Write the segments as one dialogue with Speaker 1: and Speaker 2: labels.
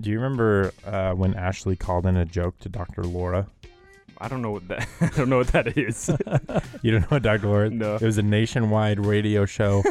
Speaker 1: Do you remember uh, when Ashley called in a joke to Dr. Laura?
Speaker 2: I don't know what that. I don't know what that is.
Speaker 1: You don't know what Dr. Laura? is?
Speaker 2: No.
Speaker 1: It was a nationwide radio show,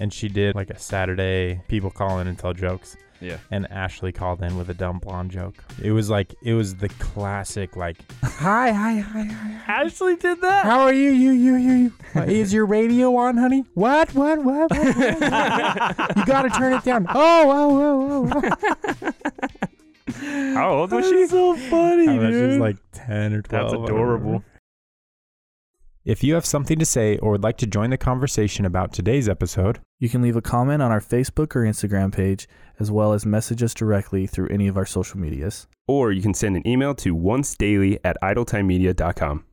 Speaker 1: and she did like a Saturday people call in and tell jokes.
Speaker 2: Yeah.
Speaker 1: And Ashley called in with a dumb blonde joke. It was like it was the classic like, hi, hi, hi, hi.
Speaker 2: Ashley did that.
Speaker 1: How are you? You, you, you, you. Uh, Is your radio on, honey? What, what, what? what, what, what? you gotta turn it down. Oh, oh, oh, oh.
Speaker 2: How old was she?
Speaker 1: so funny,
Speaker 2: I was just
Speaker 1: like ten or twelve.
Speaker 2: That's adorable.
Speaker 1: If you have something to say or would like to join the conversation about today's episode,
Speaker 3: You can leave a comment on our Facebook or Instagram page, as well as message us directly through any of our social medias.
Speaker 4: Or you can send an email to oncedaily at idletimemedia.com.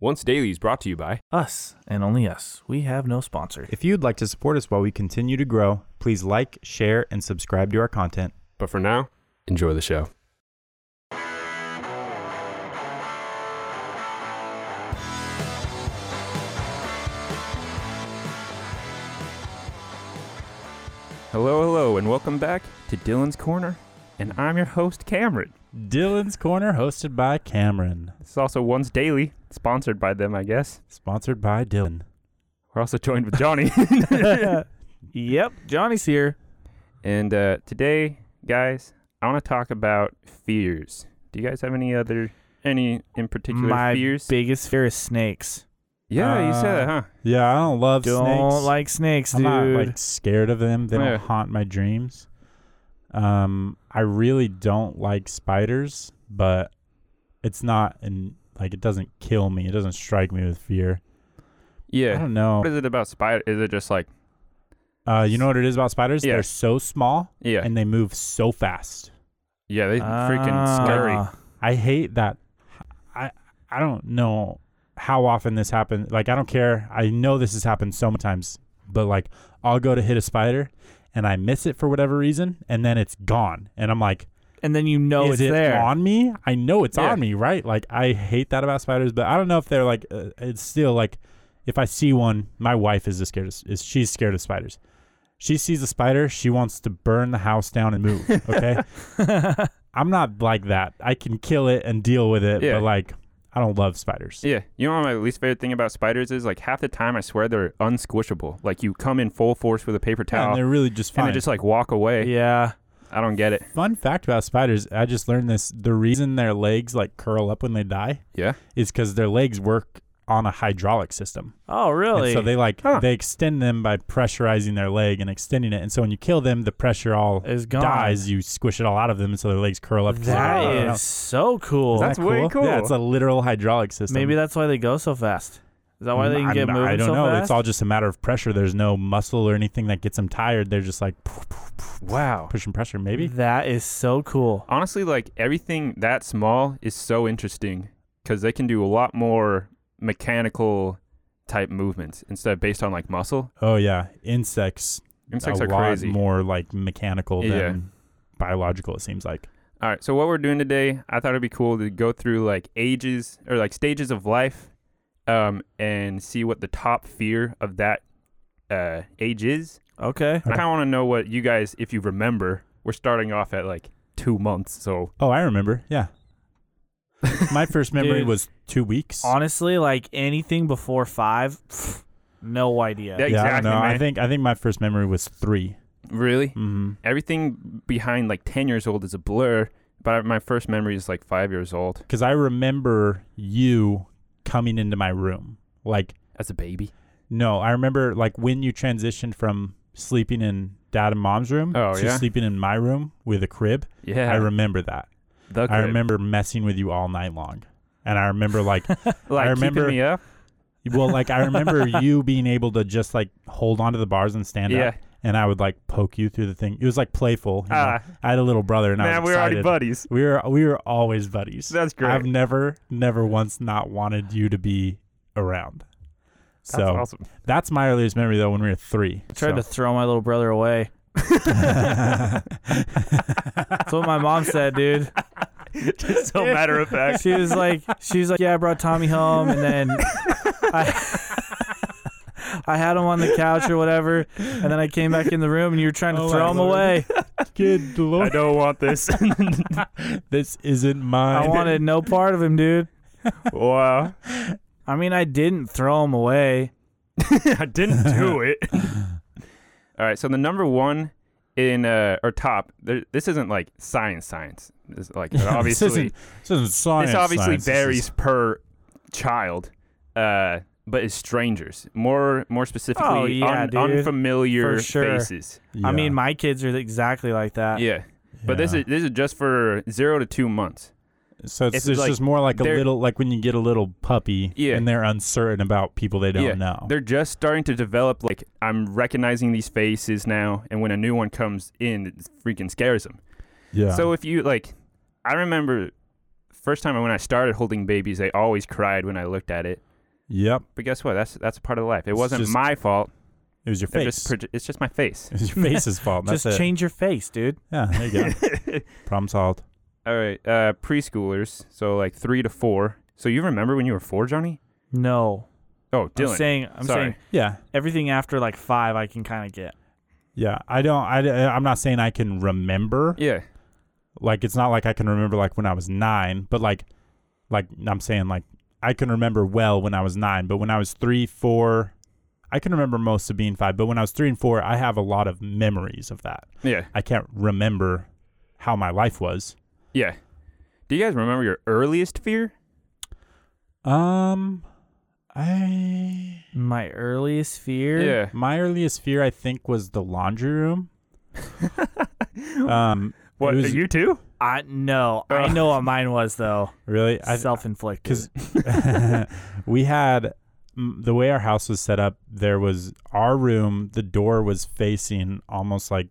Speaker 4: Once Daily is brought to you by
Speaker 3: Us and only us. We have no sponsor.
Speaker 1: if you'd like to support us while we continue to grow, please like, share, and subscribe to our content.
Speaker 4: But for now, enjoy the show.
Speaker 2: Hello, hello, and welcome back to Dylan's Corner, and I'm your host Cameron.
Speaker 1: Dylan's Corner, hosted by Cameron,
Speaker 2: This is also Once Daily, sponsored by them, I guess.
Speaker 1: sponsored by Dylan.
Speaker 2: We're also joined with Johnny.
Speaker 3: Yep, Johnny's here.
Speaker 2: and uh, today, guys, I want to talk about fears. Do you guys have any other, any in particular
Speaker 3: My
Speaker 2: fears?
Speaker 3: biggest fear is snakes.
Speaker 2: yeah, you said that,
Speaker 1: Uh,
Speaker 2: huh?
Speaker 1: Yeah, I don't love
Speaker 3: Don't
Speaker 1: snakes.
Speaker 3: like snakes, dude.
Speaker 1: I'm not like scared of them. They
Speaker 2: Yeah.
Speaker 1: don't haunt my dreams. Um, I really don't like spiders, but it's not and like it doesn't kill me. It doesn't strike me with fear. I
Speaker 2: Yeah.
Speaker 1: don't know.
Speaker 2: What is it about spider? Is it just like
Speaker 1: Uh, you know what it is about spiders?
Speaker 2: Yeah.
Speaker 1: They're so small
Speaker 2: yeah,
Speaker 1: and they move so fast.
Speaker 2: yeah? They freaking
Speaker 3: Ah.
Speaker 2: scurry.
Speaker 1: I hate that. I I don't know how often this happens. Like I don't care. I know this has happened so many times, but like I'll go to hit a spider and I miss it for whatever reason, and then it's gone, and I'm like,
Speaker 3: And then you know
Speaker 1: is
Speaker 3: it's
Speaker 1: it
Speaker 3: there.
Speaker 1: on me? I know it's
Speaker 2: Yeah.
Speaker 1: on me, right? Like I hate that about spiders, but I don't know if they're like uh, it's still like if I see one, my wife is as scared as is she's scared of spiders. She sees a spider, she wants to burn the house down and move, okay? I'm not like that. I can kill it and deal with it,
Speaker 2: Yeah.
Speaker 1: but like I don't love spiders.
Speaker 2: Yeah, you know what my least favorite thing about spiders is like half the time I swear they're unsquishable. Like you come in full force with a paper
Speaker 1: Yeah,
Speaker 2: towel
Speaker 1: and
Speaker 2: and,
Speaker 1: they're really just fine.
Speaker 2: they just like walk away.
Speaker 3: yeah.
Speaker 2: I don't get it.
Speaker 1: Fun fact about spiders, I just learned this. The reason their legs like curl up when they die
Speaker 2: Yeah,
Speaker 1: is because their legs work on a hydraulic system.
Speaker 3: Oh,
Speaker 1: And
Speaker 3: really?
Speaker 1: so they like
Speaker 2: Huh.
Speaker 1: they extend them by pressurizing their leg and extending it. And so when you kill them, the pressure all
Speaker 3: is gone.
Speaker 1: dies. You squish it all out of them, and so their legs curl up.
Speaker 3: That
Speaker 1: I don't know.
Speaker 3: is so cool.
Speaker 2: That's
Speaker 1: Isn't that
Speaker 2: way cool.
Speaker 1: Yeah, it's a literal hydraulic system.
Speaker 3: Maybe that's why they go so fast. Is that why they can
Speaker 1: Mm, I'm
Speaker 3: get
Speaker 1: not-
Speaker 3: moving
Speaker 1: I don't
Speaker 3: so
Speaker 1: know.
Speaker 3: fast?
Speaker 1: It's all just a matter of pressure. There's no muscle or anything that gets them tired. They're just like
Speaker 2: wow.
Speaker 1: pushing pressure. Maybe
Speaker 3: That is so cool.
Speaker 2: Honestly, like everything that small is so interesting because they can do a lot more mechanical type movements instead of based on like muscle.
Speaker 3: Mm-hmm.
Speaker 1: Oh yeah, insects.
Speaker 2: Insects
Speaker 1: a
Speaker 2: are
Speaker 1: lot
Speaker 2: crazy.
Speaker 1: more like mechanical
Speaker 2: Yeah.
Speaker 1: than biological. It seems like.
Speaker 2: All right, so what we're doing today, I thought it'd be cool to go through like ages or like stages of life, um, and see what the top fear of that uh, age is.
Speaker 3: Okay.
Speaker 2: I kind of want to know what you guys, if you remember, we're starting off at like two months. So
Speaker 1: Oh, I remember. Yeah. My first memory
Speaker 3: Dude.
Speaker 1: was two weeks.
Speaker 3: Honestly, like anything before five, pff, no idea.
Speaker 1: Yeah,
Speaker 2: Yeah.
Speaker 1: I don't
Speaker 2: Exactly,
Speaker 1: know. I
Speaker 2: man.
Speaker 1: think I think my first memory was 3
Speaker 2: really,
Speaker 1: Mm-hmm.
Speaker 2: everything behind like ten years old is a blur. But my first memory is like five years old
Speaker 1: Because I remember you coming into my room. Like,
Speaker 2: as a baby.
Speaker 1: no, I remember like when you transitioned from sleeping in dad and mom's room
Speaker 2: Oh,
Speaker 1: to
Speaker 2: yeah?
Speaker 1: sleeping in my room with a crib.
Speaker 2: Yeah,
Speaker 1: I remember that.
Speaker 2: the
Speaker 1: I
Speaker 2: crib.
Speaker 1: remember messing with you all night long. And I remember like
Speaker 2: Like
Speaker 1: I remember-
Speaker 2: keeping me up.
Speaker 1: well, like I remember you being able to just like hold onto the bars and stand
Speaker 2: Yeah,
Speaker 1: up and I would like poke you through the thing. It was like playful. you know?
Speaker 2: ah,
Speaker 1: I had a little brother and I
Speaker 2: man,
Speaker 1: was
Speaker 2: we're already
Speaker 1: excited.
Speaker 2: buddies.
Speaker 1: We were we were always buddies.
Speaker 2: That's great.
Speaker 1: I've never never once not wanted you to be around.
Speaker 2: That's
Speaker 1: so
Speaker 2: awesome.
Speaker 1: that's my earliest memory though when we were three.
Speaker 3: I tried to throw my little brother away. That's what my mom said, dude.
Speaker 2: Just so matter of fact.
Speaker 3: She was like, she was like, yeah, I brought Tommy home, and then I, I had them on the couch or whatever, and then I came back in the room and you were trying to
Speaker 1: Oh,
Speaker 3: throw
Speaker 1: my
Speaker 3: them
Speaker 1: Lord.
Speaker 3: away.
Speaker 1: Good
Speaker 2: I
Speaker 1: lord,
Speaker 2: don't want this.
Speaker 1: this isn't
Speaker 3: I
Speaker 1: mine.
Speaker 3: wanted no part of him, dude.
Speaker 2: wow.
Speaker 3: I mean, I didn't throw him away.
Speaker 2: I didn't do it. All right, so the number one in uh or top, there, this isn't like science science. This is like it obviously
Speaker 1: this isn't, this isn't science.
Speaker 2: this obviously
Speaker 1: science. This
Speaker 2: varies
Speaker 1: is-
Speaker 2: per child, uh, but it's strangers. More more specifically,
Speaker 3: Oh, yeah,
Speaker 2: un-
Speaker 3: dude.
Speaker 2: unfamiliar
Speaker 3: For sure. Uh,
Speaker 2: faces.
Speaker 1: yeah,
Speaker 3: I mean, my kids are exactly like that.
Speaker 2: yeah, but this
Speaker 1: yeah.
Speaker 2: is this is just for zero to two months.
Speaker 1: so it's,
Speaker 2: it's
Speaker 1: it's
Speaker 2: like
Speaker 1: just more like a
Speaker 2: they're-
Speaker 1: little like when you get a little puppy
Speaker 2: Yeah.
Speaker 1: and they're uncertain about people they don't
Speaker 2: Yeah,
Speaker 1: know.
Speaker 2: They're just starting to develop. Like I'm recognizing these faces now, and when a new one comes in, it freaking scares them.
Speaker 1: Yeah.
Speaker 2: So if you like, I remember first time when I started holding babies, they always cried when I looked at it.
Speaker 1: yep.
Speaker 2: But guess what? That's that's a part of life. It
Speaker 1: It's
Speaker 2: wasn't
Speaker 1: just
Speaker 2: my fault.
Speaker 1: It was your
Speaker 2: They're
Speaker 1: face.
Speaker 2: Just proje- it's just my face.
Speaker 1: it was your face's fault. That's
Speaker 3: Just
Speaker 1: it.
Speaker 3: change your face, dude.
Speaker 1: Yeah. There you go. Problem solved.
Speaker 2: All right, uh, preschoolers, so like three to four. So you remember when you were four, Johnny?
Speaker 3: No.
Speaker 2: Oh,
Speaker 3: I'm
Speaker 2: Dylan.
Speaker 3: saying I'm
Speaker 2: Sorry.
Speaker 3: saying
Speaker 1: Yeah.
Speaker 3: everything after like 5 I can kind of get.
Speaker 1: Yeah. I don't. I. I'm not saying I can remember.
Speaker 2: yeah,
Speaker 1: Like it's not like I can remember like when I was nine, but like, like I'm saying like I can remember well when I was nine, but when I was three, four, I can remember most of being five. But when I was three and four, I have a lot of memories of that.
Speaker 2: yeah,
Speaker 1: I can't remember how my life was.
Speaker 2: yeah. Do you guys remember your earliest fear?
Speaker 1: Um, I
Speaker 3: My earliest fear?
Speaker 2: Yeah.
Speaker 1: my earliest fear I think was the laundry room. um,
Speaker 2: What?
Speaker 1: it was-
Speaker 2: you too?
Speaker 3: I no. I
Speaker 2: Uh.
Speaker 3: know what mine was though.
Speaker 1: really? I,
Speaker 3: Self-inflicted.
Speaker 1: 'cause- we had m- the way our house was set up there was our room the door was facing almost like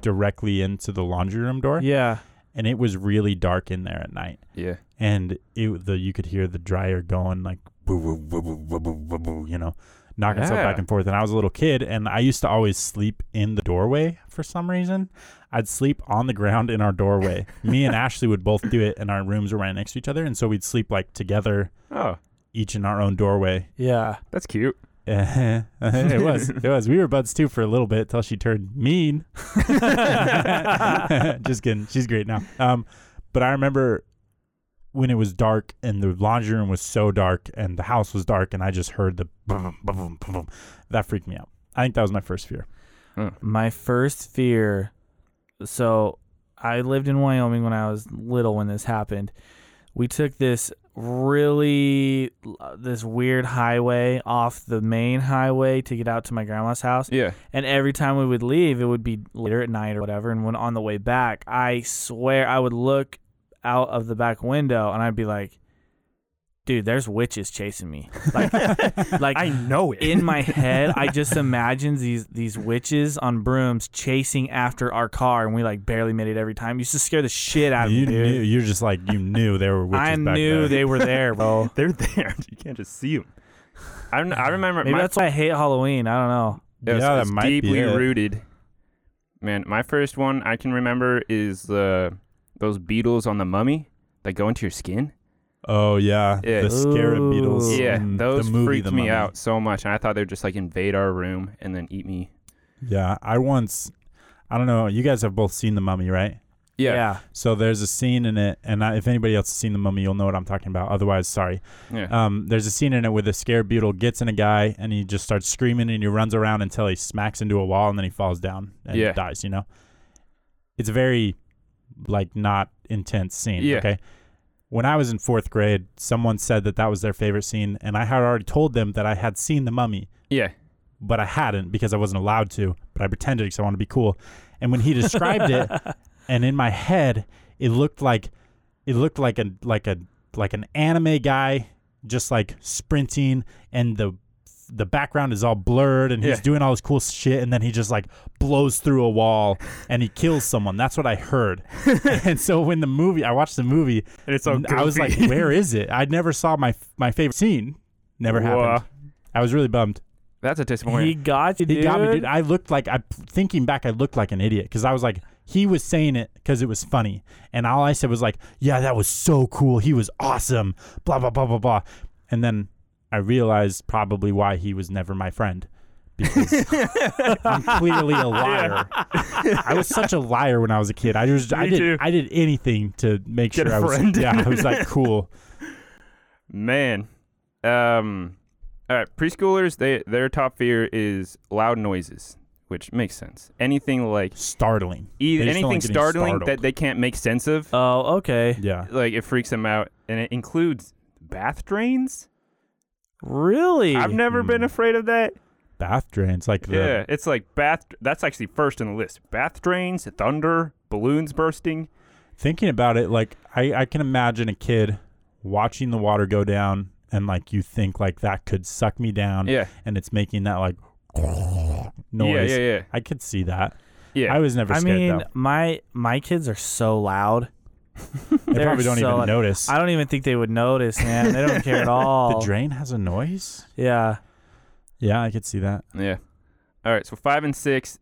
Speaker 1: directly into the laundry room door
Speaker 3: yeah.
Speaker 1: and it was really dark in there at night
Speaker 2: Yeah.
Speaker 1: and it the you could hear the dryer going like boo, boo, boo, boo, boo, boo, boo, boo, you know knocking itself back
Speaker 2: Yeah.
Speaker 1: and forth and i was a little kid and i used to always sleep in the doorway for some reason i'd sleep on the ground in our doorway me and ashley would both do it and our rooms were right next to each other and so we'd sleep like together
Speaker 2: Oh,
Speaker 1: each in our own doorway.
Speaker 3: Yeah.
Speaker 2: that's cute.
Speaker 1: Eh, it was. It was. We were buds too for a little bit till she turned mean. Just kidding. She's great now. Um, but I remember when it was dark and the laundry room was so dark and the house was dark and I just heard the boom, boom, boom, boom. That freaked me out. I think that was my first fear.
Speaker 3: My first fear. So I lived in Wyoming when I was little when this happened. We took this really this weird highway off the main highway to get out to my grandma's house
Speaker 2: Yeah.
Speaker 3: and every time we would leave it would be later at night or whatever and when on the way back I swear I would look out of the back window and I'd be like dude there's witches chasing me like like
Speaker 2: know it.
Speaker 3: in my head, I just imagine these these witches on brooms chasing after our car, and we like barely made it every time. used to scare the shit out of
Speaker 1: you
Speaker 3: me, dude.
Speaker 1: knew. You're just like you knew there were witches.
Speaker 3: I
Speaker 1: back
Speaker 3: knew
Speaker 1: there.
Speaker 3: they were there, bro.
Speaker 2: They're there. You can't just see them. I, rem- I remember
Speaker 3: Maybe
Speaker 2: my
Speaker 3: that's why I hate Halloween. I don't know.
Speaker 1: Yeah,
Speaker 2: Yes,
Speaker 1: that
Speaker 2: it's
Speaker 1: might be
Speaker 2: deeply
Speaker 1: it.
Speaker 2: rooted. Man, my first one I can remember is uh, those beetles on the mummy that go into your skin.
Speaker 1: Oh yeah,
Speaker 2: Yeah.
Speaker 1: the scarab beetles.
Speaker 3: Ooh.
Speaker 2: Yeah,
Speaker 1: in
Speaker 2: those
Speaker 1: mm, the movie,
Speaker 2: freaked
Speaker 1: The
Speaker 2: me
Speaker 1: Mummy.
Speaker 2: out so much, and I thought they'd just like invade our room and then eat me.
Speaker 1: Yeah, I once. I don't know. You guys have both seen The Mummy, right? So there's a scene in it, and I, if anybody else has seen the mummy, you'll know what I'm talking about. Otherwise, sorry.
Speaker 2: yeah.
Speaker 1: Um, there's a scene in it where the scared beetle gets in a guy, and he just starts screaming, and he runs around until he smacks into a wall, and then he falls down and
Speaker 2: Yeah.
Speaker 1: dies. You know, it's a very like not intense scene.
Speaker 2: Yeah.
Speaker 1: Okay. When I was in fourth grade, someone said that that was their favorite scene, and I had already told them that I had seen the mummy,
Speaker 2: yeah,
Speaker 1: but I hadn't because I wasn't allowed to. But I pretended because I wanted to be cool. And when he described it, and in my head, it looked like it looked like a like a like an anime guy just like sprinting, and the the background is all blurred, and he's
Speaker 2: Yeah.
Speaker 1: doing all this cool shit, and then he just like blows through a wall and he kills someone. That's what I heard. and so when the movie, I watched the movie,
Speaker 2: and it's
Speaker 1: and I was like, "Where is it?" I never saw my my favorite scene. Never
Speaker 2: Whoa.
Speaker 1: happened. I was really bummed.
Speaker 2: that's a
Speaker 3: he
Speaker 2: disappointment.
Speaker 3: got you,
Speaker 1: He
Speaker 3: dude.
Speaker 1: got me, dude. I looked like I thinking back, I looked like an idiot because I was like, he was saying it because it was funny, and all I said was like, yeah, that was so cool. He was awesome. Blah blah blah blah blah, and then I realized probably why he was never my friend because I'm clearly a liar. I was such a liar when I was a kid. I just I
Speaker 2: Me
Speaker 1: did
Speaker 2: too.
Speaker 1: I did anything to make
Speaker 2: Get
Speaker 1: sure
Speaker 2: a
Speaker 1: I was
Speaker 2: friend.
Speaker 1: yeah I was like cool.
Speaker 2: Man. Um all right, preschoolers, they their top fear is loud noises, which makes sense. Anything like
Speaker 1: Startling.
Speaker 2: e-
Speaker 1: They just don't
Speaker 2: anything
Speaker 1: like getting
Speaker 2: startling
Speaker 1: startled.
Speaker 2: that they can't make sense of,
Speaker 3: oh, okay.
Speaker 1: Yeah.
Speaker 2: like it freaks them out and it includes bath drains?
Speaker 3: Really?
Speaker 2: I've never been
Speaker 1: Mm.
Speaker 2: afraid of that.
Speaker 1: Bath drains like the
Speaker 2: Yeah, it's like bath that's actually first in the list. Bath drains, thunder, balloons bursting.
Speaker 1: thinking about it, like I, I can imagine a kid watching the water go down and like you think like that could suck me down
Speaker 2: Yeah.
Speaker 1: and it's making that like
Speaker 2: Yeah,
Speaker 1: noise.
Speaker 2: yeah, yeah.
Speaker 1: I could see that.
Speaker 2: Yeah.
Speaker 1: I was never
Speaker 3: I
Speaker 1: scared
Speaker 3: mean,
Speaker 1: though.
Speaker 3: my my kids are so loud.
Speaker 1: They
Speaker 3: they're
Speaker 1: probably don't
Speaker 3: so-
Speaker 1: even notice.
Speaker 3: I don't even think they would notice, man. They don't care at all.
Speaker 1: the drain has a noise?
Speaker 3: yeah.
Speaker 1: Yeah, I could see that.
Speaker 2: Yeah. All right. So five and six.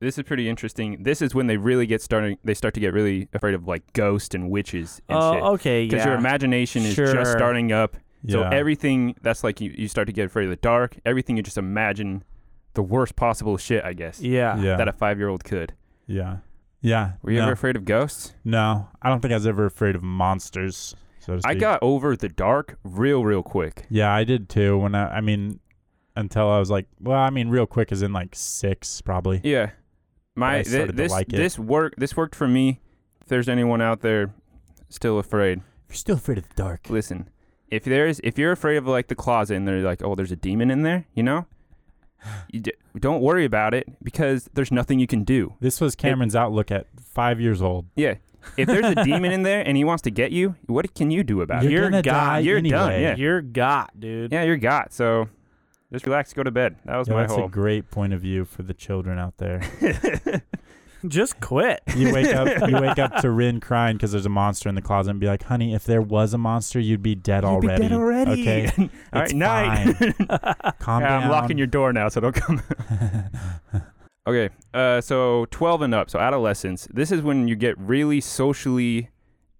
Speaker 2: This is pretty interesting. This is when they really get starting. They start to get really afraid of like ghosts and witches and shit.
Speaker 3: Oh, okay. Yeah.
Speaker 2: Because your imagination is
Speaker 3: Sure.
Speaker 2: just starting up. So
Speaker 1: Yeah.
Speaker 2: everything that's like you, you start to get afraid of the dark. Everything you just imagine the worst possible shit. I guess
Speaker 3: yeah.
Speaker 1: yeah.
Speaker 2: uh, that a five year old could.
Speaker 1: yeah. Yeah.
Speaker 2: Were you
Speaker 1: no,
Speaker 2: ever afraid of ghosts?
Speaker 1: no, I don't think I was ever afraid of monsters. So to
Speaker 2: I
Speaker 1: speak.
Speaker 2: got over the dark real, real quick.
Speaker 1: Yeah, I did too. When I, I mean, until I was like, well, I mean, real quick is in like six probably.
Speaker 2: Yeah. My
Speaker 1: I
Speaker 2: thi-
Speaker 1: started to
Speaker 2: this
Speaker 1: like it.
Speaker 2: this work this worked for me. If there's anyone out there still afraid,
Speaker 1: You're still afraid of the dark.
Speaker 2: Listen, if there's if you're afraid of like the closet and they're like, oh, there's a demon in there, you know, you d- don't worry about it because there's nothing you can do.
Speaker 1: This was Cameron's outlook at five years old.
Speaker 2: Yeah, if there's a demon in there and he wants to get you, what can you do about
Speaker 1: You're
Speaker 2: it?
Speaker 1: gonna die
Speaker 2: You're done.
Speaker 1: anyway.
Speaker 2: Yeah,
Speaker 3: You're got, dude.
Speaker 2: yeah, you're got. So just relax, go to bed. That was
Speaker 1: Yeah,
Speaker 2: my
Speaker 1: that's a
Speaker 2: whole.
Speaker 1: great point of view for the children out there.
Speaker 3: Just quit.
Speaker 1: You wake up, you wake up to Rin crying because there's a monster in the closet, and be like, "Honey, if there was a monster, you'd be dead
Speaker 2: You'd be
Speaker 1: already."
Speaker 2: dead already.
Speaker 1: Okay,
Speaker 2: All right,
Speaker 1: It's
Speaker 2: night.
Speaker 1: fine. calm
Speaker 2: Yeah,
Speaker 1: down.
Speaker 2: I'm locking your door now, so don't come. okay, uh, so 12 and up, so adolescence. This is when you get really socially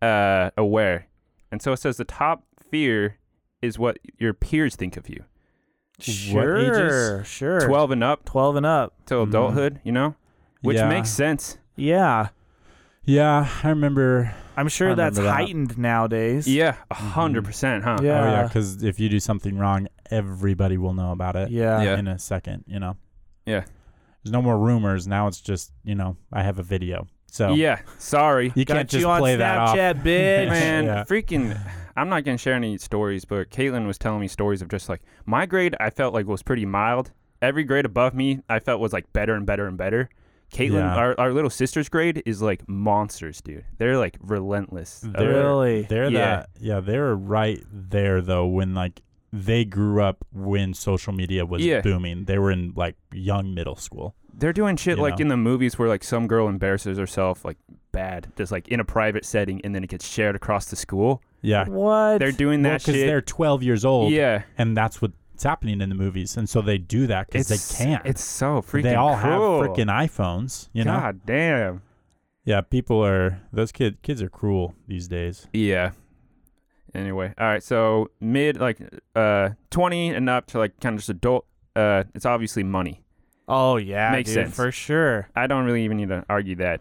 Speaker 2: uh, aware, and so it says the top fear is what your peers think of you.
Speaker 3: sure.
Speaker 1: ages?
Speaker 3: Sure.
Speaker 2: 12 and up
Speaker 3: 12 and up.
Speaker 2: till
Speaker 1: Mhm.
Speaker 2: adulthood, you know, which
Speaker 1: Yeah.
Speaker 2: makes sense.
Speaker 3: Yeah.
Speaker 1: Yeah, I remember.
Speaker 3: I'm
Speaker 1: I
Speaker 3: sure that's
Speaker 1: remember that.
Speaker 3: heightened nowadays.
Speaker 2: Yeah, a hundred
Speaker 1: Mhm.
Speaker 2: percent, huh?
Speaker 1: Oh yeah,
Speaker 3: Yeah.
Speaker 1: because if you do something wrong, everybody will know about it.
Speaker 3: Yeah.
Speaker 2: Yeah.
Speaker 1: in a second, you know.
Speaker 2: Yeah.
Speaker 1: There's no more rumors now. It's just you know I have a video, so
Speaker 2: Yeah, sorry,
Speaker 1: you
Speaker 3: Got
Speaker 1: can't
Speaker 3: you
Speaker 1: just
Speaker 3: on
Speaker 1: play
Speaker 3: Snapchat,
Speaker 1: that off.
Speaker 3: bitch.
Speaker 2: man,
Speaker 1: Yeah.
Speaker 2: freaking. I'm not gonna share any stories, but Caitlin was telling me stories of just like my grade. I felt like was pretty mild. Every grade above me, I felt was like better and better and better. Caitlin,
Speaker 1: Yeah.
Speaker 2: our, our little sister's grade is like monsters, dude. They're like relentless.
Speaker 1: They're-
Speaker 3: Really?
Speaker 1: They're
Speaker 2: Yeah.
Speaker 1: that yeah, they were right there though when like they grew up when social media was
Speaker 2: Yeah.
Speaker 1: booming. They were in like young middle school.
Speaker 2: They're doing shit
Speaker 1: You
Speaker 2: like
Speaker 1: know.
Speaker 2: in the movies where like some girl embarrasses herself like bad, just like in a private setting, and then it gets shared across the school.
Speaker 1: Yeah.
Speaker 3: What?
Speaker 2: They're doing that
Speaker 1: because
Speaker 2: shit.
Speaker 1: they're 12 years old
Speaker 2: yeah,
Speaker 1: and that's what's happening in the movies. And so they do that cuz they
Speaker 2: It's-
Speaker 1: can't.
Speaker 2: It's so freaking.
Speaker 1: they all have
Speaker 2: cruel.
Speaker 1: freaking iPhones, you know?
Speaker 2: God damn.
Speaker 1: Yeah, people are those kid kids are cruel these days.
Speaker 2: Yeah. Anyway, all right. So mid like uh twenty and up to like kind of just adult. Uh, it's obviously money.
Speaker 3: oh, yeah.
Speaker 2: Makes
Speaker 3: dude,
Speaker 2: sense.
Speaker 3: For sure.
Speaker 2: I don't really even need to argue that.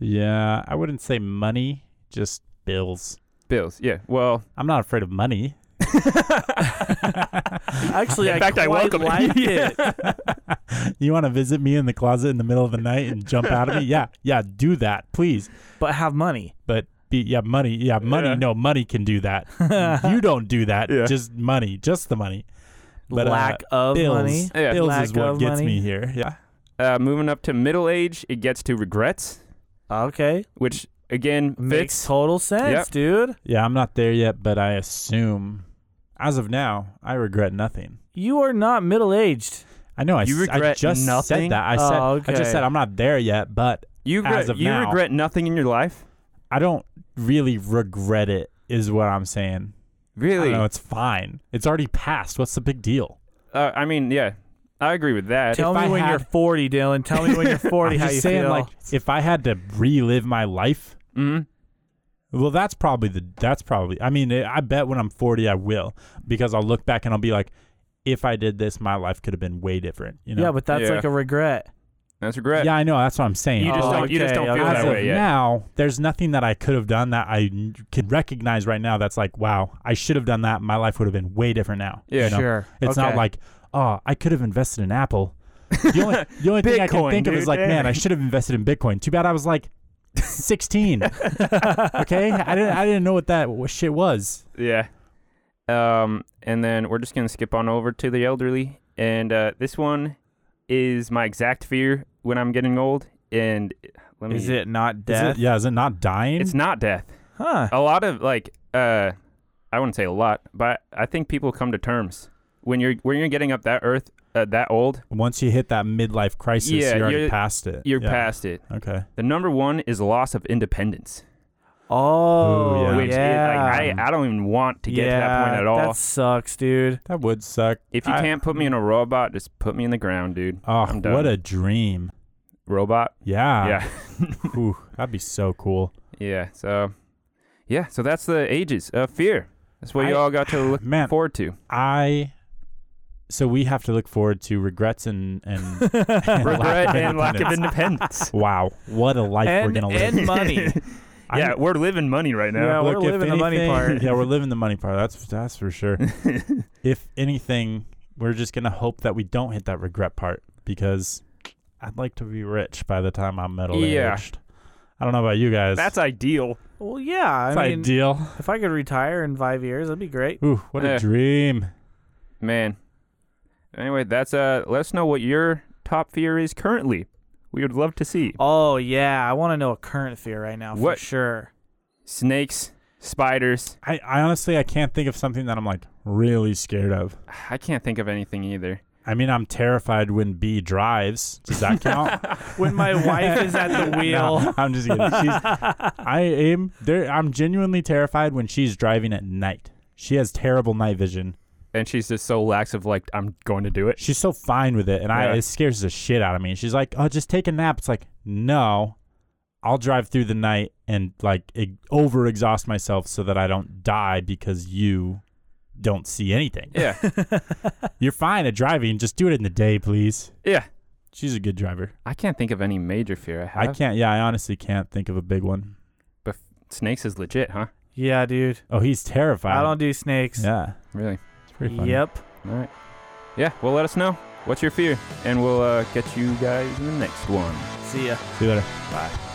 Speaker 1: Yeah, I wouldn't say money, just bills.
Speaker 2: Bills. Yeah. Well.
Speaker 1: I'm not afraid of money.
Speaker 3: Actually,
Speaker 2: In
Speaker 3: I
Speaker 2: fact, I
Speaker 3: quite
Speaker 2: welcome it.
Speaker 3: like it.
Speaker 1: you want to visit me in the closet in the middle of the night and jump out of me? Yeah, yeah, do that, please.
Speaker 3: But have money.
Speaker 1: But be, yeah, money, yeah, money.
Speaker 2: Yeah.
Speaker 1: No, money can do that. you don't do that.
Speaker 2: Yeah.
Speaker 1: Just money, just the money. But, uh,
Speaker 3: Lack of
Speaker 1: bills,
Speaker 3: money.
Speaker 2: Yeah.
Speaker 1: bills
Speaker 3: Lack
Speaker 1: is what
Speaker 3: of
Speaker 1: gets
Speaker 3: money.
Speaker 1: me here. Yeah,
Speaker 2: Uh, moving up to middle age, it gets to regrets,
Speaker 3: Okay.
Speaker 2: which again
Speaker 3: Makes
Speaker 2: fits.
Speaker 3: total sense,
Speaker 2: Yep.
Speaker 3: dude.
Speaker 1: yeah. I'm not there yet, but I assume, as of now, I regret nothing.
Speaker 3: You are not middle aged.
Speaker 1: I know. I,
Speaker 2: You
Speaker 1: s- I
Speaker 2: regret
Speaker 1: just said
Speaker 2: nothing?
Speaker 1: that. I said.
Speaker 3: Oh,
Speaker 1: I
Speaker 3: okay.
Speaker 1: just said I'm not there yet, but
Speaker 2: You
Speaker 1: as
Speaker 2: regret,
Speaker 1: of
Speaker 2: you
Speaker 1: now.
Speaker 2: regret nothing in your life.
Speaker 1: I don't really regret it. Is what I'm saying. I
Speaker 2: Really?
Speaker 1: don't know, it's fine. It's already passed. What's the big deal?
Speaker 2: uh, I mean, yeah, I agree with that.
Speaker 3: Tell me
Speaker 1: I
Speaker 3: when
Speaker 1: had-
Speaker 3: you're 40, Dylan. Tell me when you're 40
Speaker 1: I'm
Speaker 3: how
Speaker 1: just
Speaker 3: you
Speaker 1: saying,
Speaker 3: feel.
Speaker 1: like, if I had to relive my life,
Speaker 2: Mhm.
Speaker 1: well, that's probably the that's probably. I mean, I bet when I'm 40, I will because I'll look back and I'll be like, if I did this, my life could have been way different. You know?
Speaker 3: Yeah, but that's
Speaker 2: Yeah.
Speaker 3: like a regret.
Speaker 2: That's regret.
Speaker 1: yeah, I know. That's what I'm saying.
Speaker 2: You just
Speaker 3: Oh,
Speaker 2: don't. You just
Speaker 3: okay,
Speaker 2: don't feel
Speaker 3: okay.
Speaker 1: As
Speaker 2: that
Speaker 1: of
Speaker 2: way yet.
Speaker 1: now, there's nothing that I could have done that I n- can recognize right now. That's like, wow, I should have done that. My life would have been way different now.
Speaker 2: Yeah,
Speaker 1: you know?
Speaker 3: Sure.
Speaker 1: It's not
Speaker 3: Okay.
Speaker 1: like, oh, I could have invested in Apple. The only, the only thing I can
Speaker 2: Bitcoin,
Speaker 1: think of is
Speaker 2: dude.
Speaker 1: like, man, I should have invested in Bitcoin. Too bad I was like 16. okay, I didn't, I didn't know what that what shit was.
Speaker 2: Yeah. Um, and then we're just gonna skip on over to the elderly, and uh, this one is my exact fear when I'm getting old. And let me.
Speaker 3: Is it not
Speaker 1: Is it-
Speaker 3: death?
Speaker 1: yeah, is it not dying?
Speaker 2: It's not death.
Speaker 3: Huh.
Speaker 2: A lot of like, uh, I wouldn't say a lot, but I think people come to terms when you're when you're getting up that earth uh, that old.
Speaker 1: Once you hit that midlife crisis,
Speaker 2: Yeah,
Speaker 1: you're already
Speaker 2: you're-
Speaker 1: past it.
Speaker 2: You're
Speaker 1: Yeah.
Speaker 2: past it.
Speaker 1: Okay.
Speaker 2: The number one is loss of independence,
Speaker 1: Ooh,
Speaker 3: Oh,
Speaker 1: yeah.
Speaker 2: which is, like, I I don't even want to get to that point
Speaker 3: Yeah,
Speaker 2: at all.
Speaker 3: That sucks, dude.
Speaker 1: That would suck.
Speaker 2: If you
Speaker 1: I-
Speaker 2: can't put me in a robot, just put me in the ground, dude.
Speaker 1: Oh,
Speaker 2: I'm done.
Speaker 1: what a dream.
Speaker 2: Robot.
Speaker 1: Yeah.
Speaker 2: yeah.
Speaker 1: Ooh, that'd be so cool.
Speaker 2: Yeah. So, yeah. So that's the ages of fear. That's what you
Speaker 1: I-
Speaker 2: all got to look
Speaker 1: Man,
Speaker 2: forward to.
Speaker 1: I. So we have to look forward to regrets and and
Speaker 3: and,
Speaker 2: Regret
Speaker 1: lack of
Speaker 2: and lack of
Speaker 1: independence.
Speaker 2: independence.
Speaker 1: wow, what a life we're gonna live.
Speaker 3: and money.
Speaker 1: I'm-
Speaker 2: yeah, we're living money right
Speaker 3: Yeah,
Speaker 2: now.
Speaker 3: we're
Speaker 1: look, if
Speaker 3: living the money
Speaker 1: anything-
Speaker 3: part.
Speaker 1: Yeah, we're living the money part. That's that's for sure. if anything, we're just gonna hope that we don't hit that regret part because I'd like to be rich by the time I'm middle
Speaker 2: Yeah.
Speaker 1: aged. I don't know about you guys.
Speaker 2: That's ideal.
Speaker 3: well, yeah. I
Speaker 1: That's
Speaker 3: mean,
Speaker 1: ideal.
Speaker 3: if I could retire in five years, that'd be great.
Speaker 1: Ooh, what
Speaker 2: Yeah.
Speaker 1: a dream.
Speaker 2: Man. Anyway, that's uh let us know what your top fear is currently. We would love to see.
Speaker 3: Oh yeah, I want to know a current fear right now
Speaker 2: What-
Speaker 3: for sure.
Speaker 2: Snakes, spiders.
Speaker 1: I, I honestly I can't think of something that I'm like really scared of.
Speaker 2: I can't think of anything either.
Speaker 1: I mean, I'm terrified when B drives. Does that count?
Speaker 3: When my wife is at the wheel.
Speaker 1: No, I'm just kidding. She's, I am there. I'm genuinely terrified when she's driving at night. She has terrible night vision.
Speaker 2: And she's just so lax of like, I'm going to do it.
Speaker 1: She's so fine with it, and I
Speaker 2: Yeah.
Speaker 1: it scares the shit out of me. She's like, "Oh, just take a nap." It's like, no, I'll drive through the night and like eg- over exhaust myself so that I don't die because you don't see anything.
Speaker 2: Yeah.
Speaker 1: You're fine at driving. Just do it in the day, please.
Speaker 2: yeah.
Speaker 1: She's a good driver.
Speaker 2: I can't think of any major fear I have.
Speaker 1: I can't. Yeah, I honestly can't think of a big one.
Speaker 2: Snakes is legit, huh?
Speaker 3: Yeah, dude.
Speaker 1: Oh, he's terrified.
Speaker 3: I don't do snakes.
Speaker 1: Yeah,
Speaker 2: Really.
Speaker 1: it's pretty funny.
Speaker 3: Yep.
Speaker 2: All right. Yeah, well, let us know what's your fear, and we'll uh, get you guys in the next one.
Speaker 3: See ya.
Speaker 1: See you later.
Speaker 2: Bye.